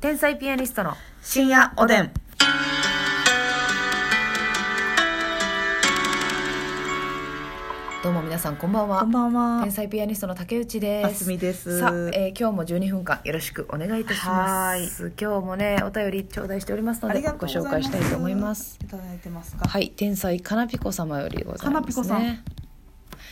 天才ピアニストの深夜おでん。どうも皆さんこんばんはこんばんは天。才ピアニストの竹内ですあすみです。さあ、えー今日も12分間よろしくお願いいたします今日もねお便り頂戴しておりますのあでりがとうござい紹ます介したいと思いますいただいてますか。はい天才かなぴこ様よりございかなまぴすこさねん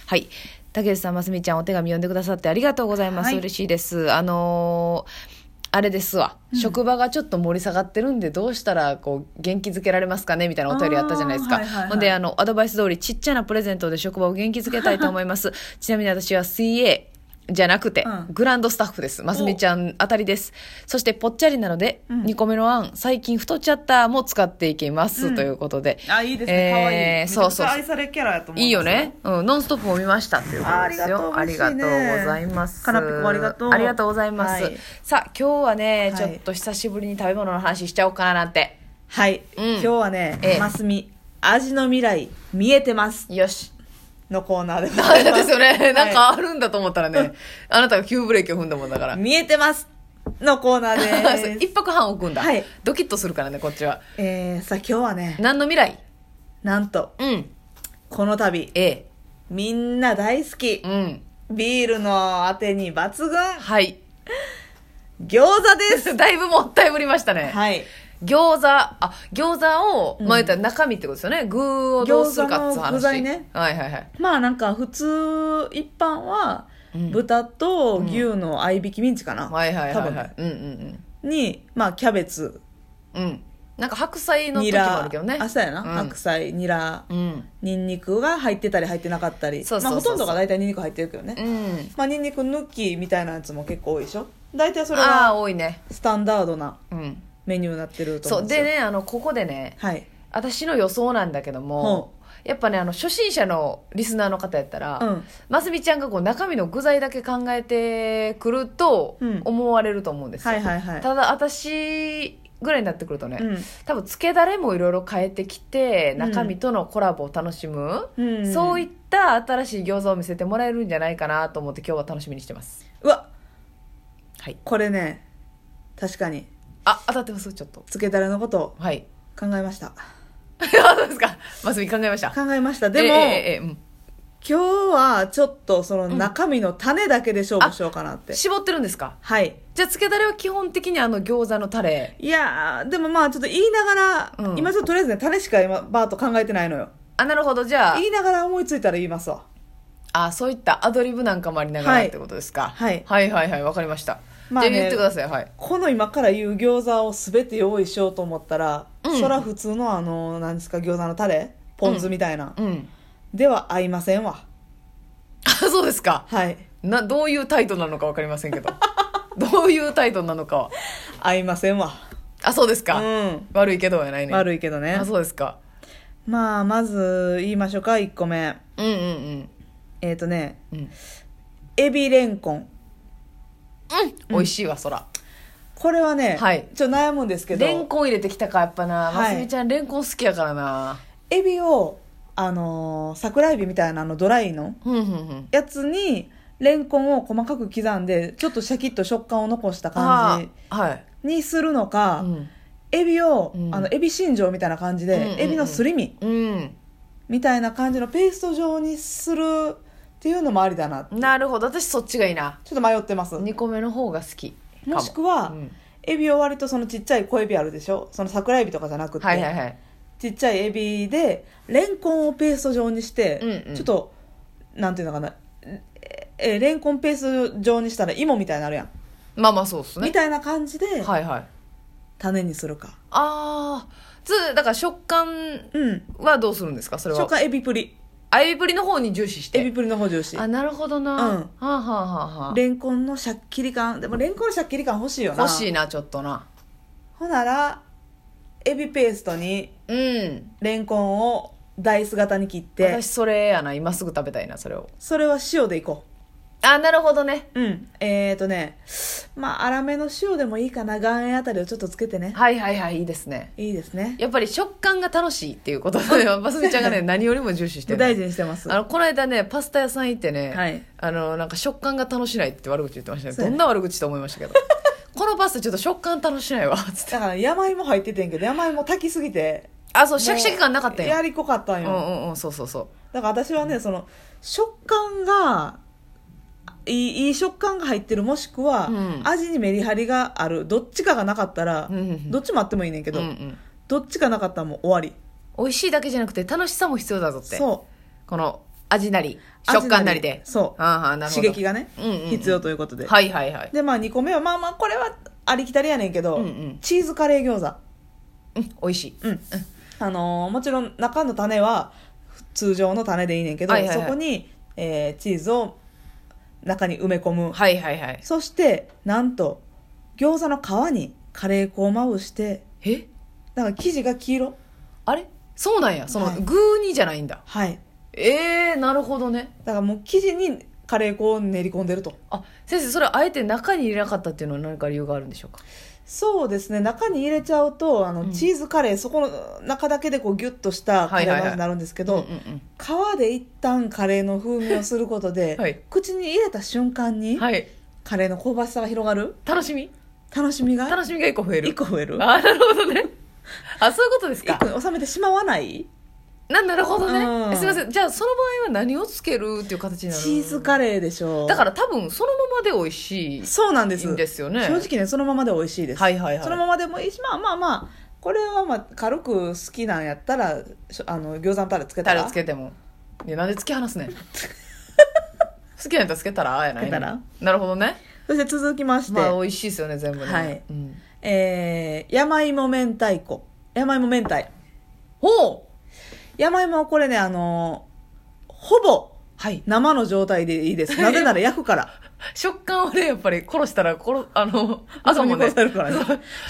はい竹内さんますみちゃんお手紙読んでくださってありがとうございます、はい嬉しいですあのーあれですわ、うん職場がちょっと盛り下がってるんでどうしたらこう元気づけられますかねみたいなお便りあったじゃないですか、あーはいはいはいほんであのアドバイス通りちっちゃなプレゼントで職場を元気づけたいと思い ますちなみに私は水泳じゃなくて、うんグランドスタッフですますみちゃんあたりですそしてぽっちゃりなので、うん2個目の案最近太っちゃったも使っていきます、うんということであ、いいですえーね。可愛い。そうそうめちゃくちゃ愛されキャラやと思う。いいよね。。うん、ノンストップも見ましたっていうことですよ。あありがとう嬉しいあねりがとうございます。カナピコありがとうありがとうございます。はいさあ、今日はね、はいちょっと久しぶりに食べ物の話しちゃおうかななんて。はい。うん今日はねええ、マスミ、味の未来見えてますよし。のコーナーでごあざれいま す。ですよね。なんはかあるんだと思ったらね、あなたが急ブレーキを踏んだもんだからい。。見えてますのコーナーで 一泊半置くんだ、はいドキッとするからね、こっちは。す。えー、さあ今日はね、何の未来なんと、うん。この度、えみんな大好え。きう、ん。ビールのあてに抜群、はい。 餃子ですだいぶもったいぶりましたね。はい。餃子、あ、餃子を、うんまあ、言ったら中身ってことですよね。具をどうするかっていう話。餃子の具材ねはいはいはい。まあなんか普通一般はうん豚と牛の合いびきミンチかな、はいはいはいは多い。うんうん分にまあキャベツうん。うん。なんか白菜のニ時もあラるけどね。あそうやな、うん白菜ニラうん。ニンニクが入ってたり入ってなかったりそうそうそうそうまあ、ほとんどが大体ニンニク入ってるけどね、うん。まあニンニク抜きみたいなやつも結構多いでしょ大体それああ、が多いね。スタンダードなうん。メニューになってるとそ思うう。んですよでね、あの、ここでね、はい私の予想なんだけども、やっぱね、あの、初心者のリスナーの方やったら、うんますみちゃんがこう中身の具材だけ考えてくるとうん思われると思うんですよ。はいはいはいただ、私ぐらいになってくるとね、うん多分つけだれもいろいろ変えてきてん中身とのコラボを楽しむ、うんそういった新しい餃子を見せてもらえるんじゃないかなと思って今日は楽しみにしてますうわはいこれね確かにあ当たってますちょっとつけだれのことを はい考えましたあそうですかますみ考えました考えましたでも、ええええええうん今日はちょっとその中身の種だけで勝負しようかなって、絞ってるんですかはいじゃあつけだれは基本的にあの餃子のタレいやーでもまあちょっと言いながら、うん今ちょっととりあえずね種しか今バーッと考えてないのよあなるほどじゃあ言いながら思いついたら言いますわあそういったアドリブなんかもありながらはいってことですか、はいはいはいはいわかりました、まあねじゃあ言ってくださいはいこの今から言う餃子を全て用意しようと思ったら、うんそら普通のあの何ですか餃子のタレポン酢みたいな、うんでは合いませんわあそうですかはいなどういうタイトルなのか分かりませんけ どどういうタイトルなのかは合いませんわあそうですうか、ん悪いけどやないね悪いけどねあそうですかまあまず言いましょうか1個目うんうんえっ、ー、とねうんうん、うん、エビレンコン美味しいわそらこれはね、はいちょっと悩むんですけどレンコン入れてきたかやっぱなはますいみちゃんレンコン好きやからなエビをあのー桜エビみたいなあのドライのふんふんふんやつにレンコンを細かく刻んでちょっとシャキッと食感を残した感あーはい、じにするのか、うんエビを、うんあのエビ新庄みたいな感じで、うんうんうんエビのすり身うん、みたいな感じのペースト状にするっていうのもありだなちょっなるほど私そっちがいいなと迷ってます2個目の方が好きかももしくは、うんエビを割とそのちっちゃい小エビあるでしょその桜エビとかじゃなくて、はいはいはいちっちゃいエビでレンコンをペースト状にして、うんうんちょっとなんていうのかなええレンコンペースト状にしたら芋みたいになるやん、まあまあそうですねみたいな感じではいはい種にするかああつだから食感うんはどうするんですかそれは初回エビプリアイブリの方に重視してエビプリの補充しあなるほどな、うんはあ、はあはあはあ、レンコンのシャッキリ感でもレンコンのシャッキリ感欲しいよな欲しいなちょっとなほならエビペーストにうんレンコンをダイス型に切って私それやな今すぐ食べたいなそれをそれは塩でいこあなるほどねううんえーとねまあ粗めの塩でもいいかな岩塩あたりをちょっとつけてねはいはいはいいいですねいいですねやっぱり食感が楽しいっていうことでますみちゃんが ね何よりも重視してる大事にしてますあのこの間ねパスタ屋さん行ってね、はいあのなんか食感が楽しないって悪口言ってましたねそどうやねんな悪口と思いましたけど このパスタちょっと食感楽しないわ、つって。だから山芋入っててんけど山芋炊きすぎてあ、そう、シャキシャキ感なかったんやや。りこかったんうんよ、うんうん、そうそうそう。だから私はねその食感がいいいい食感が入ってるもしくは、うん味にメリハリがあるどっちかがなかったら、うんうんうんどっちもあってもいいねんけど、うんうんどっちかなかったらもう終わり美味しいだけじゃなくて楽しさも必要だぞって。そこの味なり、う食感なりで。そうああ、なるほ刺ど。激がね、うんうんうん必要ということで、はいはいはい。でまあ2個目はまあまあこれはありきたりやねんけど、うんうんチーズカレー餃子うん、美味しい。うん、あのーもちろん中の種は通常の種でいいねんけど、はいはいはいそこに、えーチーズを中に埋め込む、はいはいはい。そしてなんと餃子の皮にカレー粉をまぶしてえだから生地が黄色あれそうなんや。その、はい具にじゃないんだ。はいええー、なるほどね。だからもう生地にカレー粉を練り込んでるとあ、先生、それあえて中に入れなかったっていうのは何か理由があるんでしょうかそうですね中に入れちゃうとあの、うんチーズカレーそこの中だけでこうギュッとしたカレーのはいはい味はいになるんですけうど、んうんうん皮で一旦カレーの風味をすることで、はい口に入れた瞬間に、はい。カレーの香ばしさが広がる楽しみ楽しみが楽しみが一個増える。一個増えるあ、なるほどね。あ、そういうことです一か個。に収めてしまわないな、なるほどうね。んえすみません。じゃあ、その場合は何をつけるっていう形チになるーズカレーでしょうだから多分、そのままで美味しい。そうなんですいいんですよね。正直ねそのままで美味しいです、はいはいはい。そのままでもいいしまあまあまあこれはまあ軽く好きなんやったらしょあの餃子のタレつけたタらレつけても。いや、なんで突き放 すねん好きなやったらつけたらああやないつけたらなるほどね。そして続きまして、まあ、美味しいですよね、全部ね。はいうんえー、山芋明太子山芋明太ほう山芋はこれねあのーほぼはい。生の状態でいいですなぜなら焼くから食感をね、やっぱり殺したら、殺、あの、 朝もね殺。されるからね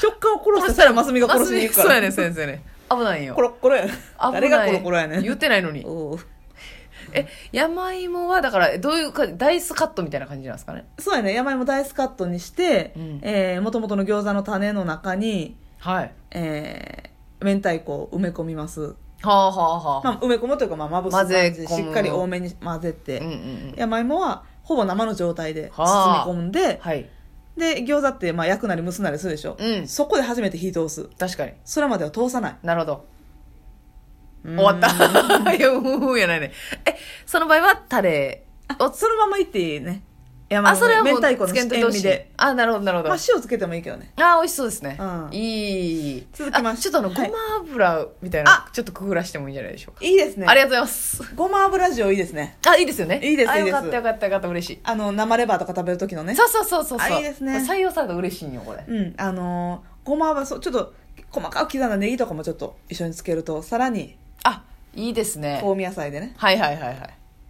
食感を 殺したらマスミが殺しに行くかそうらやね、先生ね。危ないよ。コロッコロや危ない誰がコロコロやねん言ってないのに。おうえ、山芋は、だから、どういうか、ダイスカットみたいな感じなんですかね。そうやね山芋ダイスカットにしてうんもともとの餃子の種の中に、はい。えー明太子を埋め込みます、はあはあはあ。まあ、埋め込むというか、まあ、まぶす感混じぜで込しむっかり多めに混ぜて、うんうんうん。山芋はほぼ生の状態で包はあみ込んで、はい。で餃子ってまあ焼くなり蒸すなりするでしょ、うんそこで初めて火通す確かに。それまでは通さないなるほど。終わった。 いや、うーんやないね。え、その場合は、タレを あそのままいっていいね山あ、それ芋はねも明う、太子つのけんといて塩ほ味しいで、。あ、なるほど、なるほど。まあ、塩つけてもいいけどねあー、美味しそうですね。うんいい。続きましてあちょっとあの、はいごま油みたいな、ちょっとくぐらしてもいいんじゃないでしょうか。いいですねありがとうございます。ごま油塩いいですねあ、いいですよね。いいですあいいですよかったよかったよかった、嬉しあの生レバーとか食べる時のねい。そうそうそうそうそう。あいいですねこれ採用されたら嬉しいんよ、これ。うんあのーごま油そうちょっと細かく刻んだネギとかもちょっと一緒につけるとさらにあ、いいですね。香味野菜でねはいはいはいはい。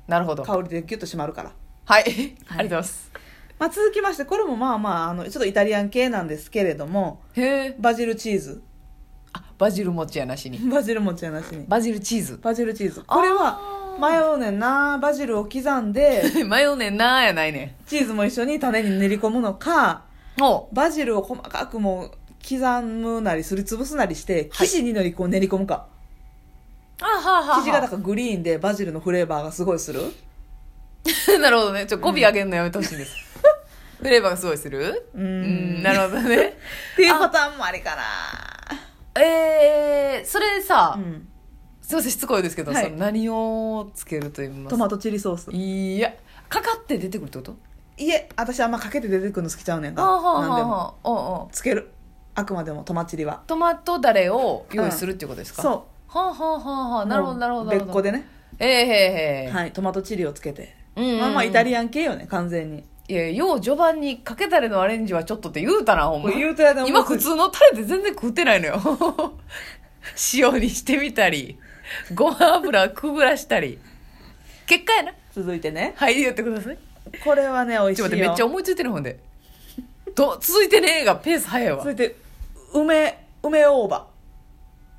なるほど。はい。香りでギュッと締まるから、ありがとうございます。まあ、続きましてこれもまあまああのちょっとイタリアン系なんですけれどもへえ。バジルチーズ あ、バジル餅やなしに。バジル餅やなしにバジルチーズ。 バジルチーズこれは迷うねんなバジルを刻んで迷うねんなーやないねチーズも一緒に種に練り込むのかん。おバジルを細かくもう刻むなりすりつぶすなりしてはい生地にのりこう練り込むか、あはあはあはあ。生地がだからグリーンでバジルのフレーバーがすごいする なるほどね。ちょ、語尾上げるのやめてほしいんです。フレーバーがすごいするうーんーなるほど ね。っていうパターンもありかなえー、それさ、うんすいません、しつこいですけど、はいその何をつけると言いますトマトチリソースいや、かかって出てくるってこといえ私あんまかけて出てくるの好きちゃうねんかあはあ何でもはあ。おうおうつけるあくまでもトマチリはトマトだれを用意するっていうことですか、そはあはあはあはあ。うなるほど、なるほど。もう別個でね、えーへーへー。はい、トマトチリをつけて、うんうんうんまあまあイタリアン系よね完全にいや、よう序盤にかけたれのアレンジはちょっとって言うたな、ほんこま。れ言うとやでも今普通のタレで全然食ってないの よ。塩にしてみたり、ごま油くぐらしたり。結果やな。続いてねはい、言ってください。これはね美味しちいょっと待よって、めっちゃ思いついてるほんで。ど、続いてねえがペース早いわ続。いて梅梅大葉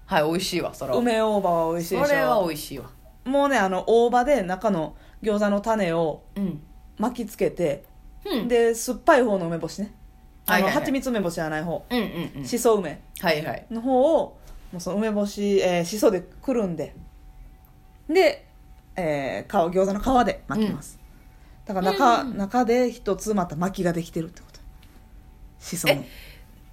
はい、美味しいわ、それは。梅大葉は美味しいそでしょれは美味しいわ。もうねあの大葉で中の餃子の種をうん。巻きつけて、うん。で酸っぱい方の梅干しねあの、はいはいはい蜂蜜梅干しじゃない方うんうんうん。しそ梅はいはい。の方をもうその梅干し、えー、しそでくるんでで、えー、皮餃子の皮で巻きます、だから中,、うん中で一つまた巻きができてるってことしその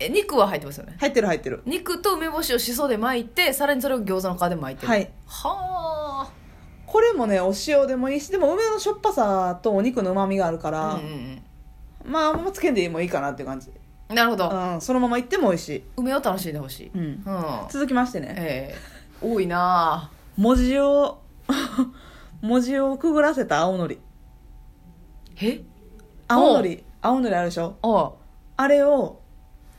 え肉は入ってますよね入ってる入ってる肉と梅干しをしそで巻いてさらにそれを餃子の皮で巻いてるはいはこれもねお塩でもいいしでも梅のしょっぱさとお肉のうまみがあるかあらうん、うんまああんまつけんでもいいかなっていう感じ、うんなるほどうん、そのままいっても美味しい、梅を楽しんでほしいうん、うん続きましてねええ多いなあ文字を 文字をくぐらせた青のりえ青のり青のりあるでしょああれを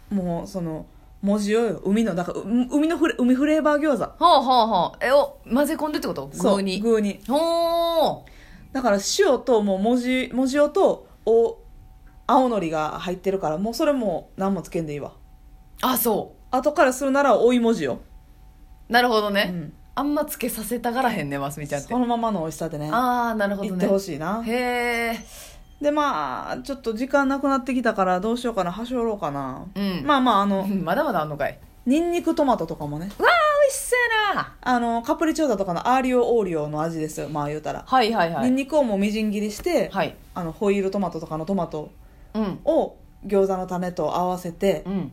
もうその文字をよ海のだからう海のフレ海フレーバー餃子はあはあはあえを混ぜ込んでってこと具そうに具にほーだから塩ともう文字文字をとお青のりが入ってるからもうそれも何もつけんでいいわあそ後からするなら追い文字よ、うなるほどうね、ん、あんまつけさせたがらへんねますみちゃんってそのままの美味しさでねああなるほいどっねてほしいなへえでまあちょっと時間なくなってきたからどうしようかなはしょろうかな、うんまあまああうのんまだまだあんのかいニンニクトマトとかもねうわー美味しそうやなあのカプリチョータとかのアーリオオーリオの味ですよまあ言うたら、はいはいはニンいニクをもうみじん切りして、はいあのホイールトマトとかのトマトうんを餃子の種と合わせて、うん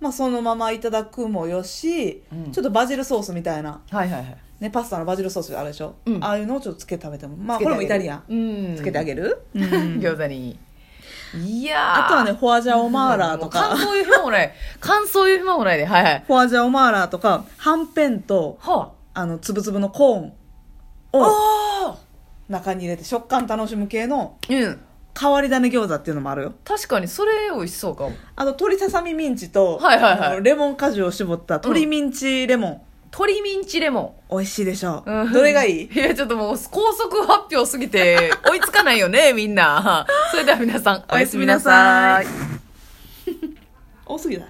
まあ、そのままいただくもよし、うんちょっとバジルソースみたいな、はいはいはいね、パスタのバジルソースあるでしょ、うんああいうのをちょっとつけて食べてもまあつけこてあれげもるイタリアンうんつけてあげる、餃子にいやーあとはねフォアジャオマーラーともうか感想言う暇もない感想言う暇もないではいはいフォアジャオマーラーとかはんぺんとはあのつぶつぶのコーンをあ中に入れて食感楽しむ系のあうん変わり種餃子っていうのもあるよ確かにそれ美味しそうかもあと鶏ささみミンチと、はいはいはいあのレモン果汁を絞った鶏ミンチレモン、鶏ミンチレモ美味しいでしょう、ン、うんどれがいいいやちょっともう高速発表すぎて追いつかないよねみんなそれでは皆さんおやすみなさい多すぎだ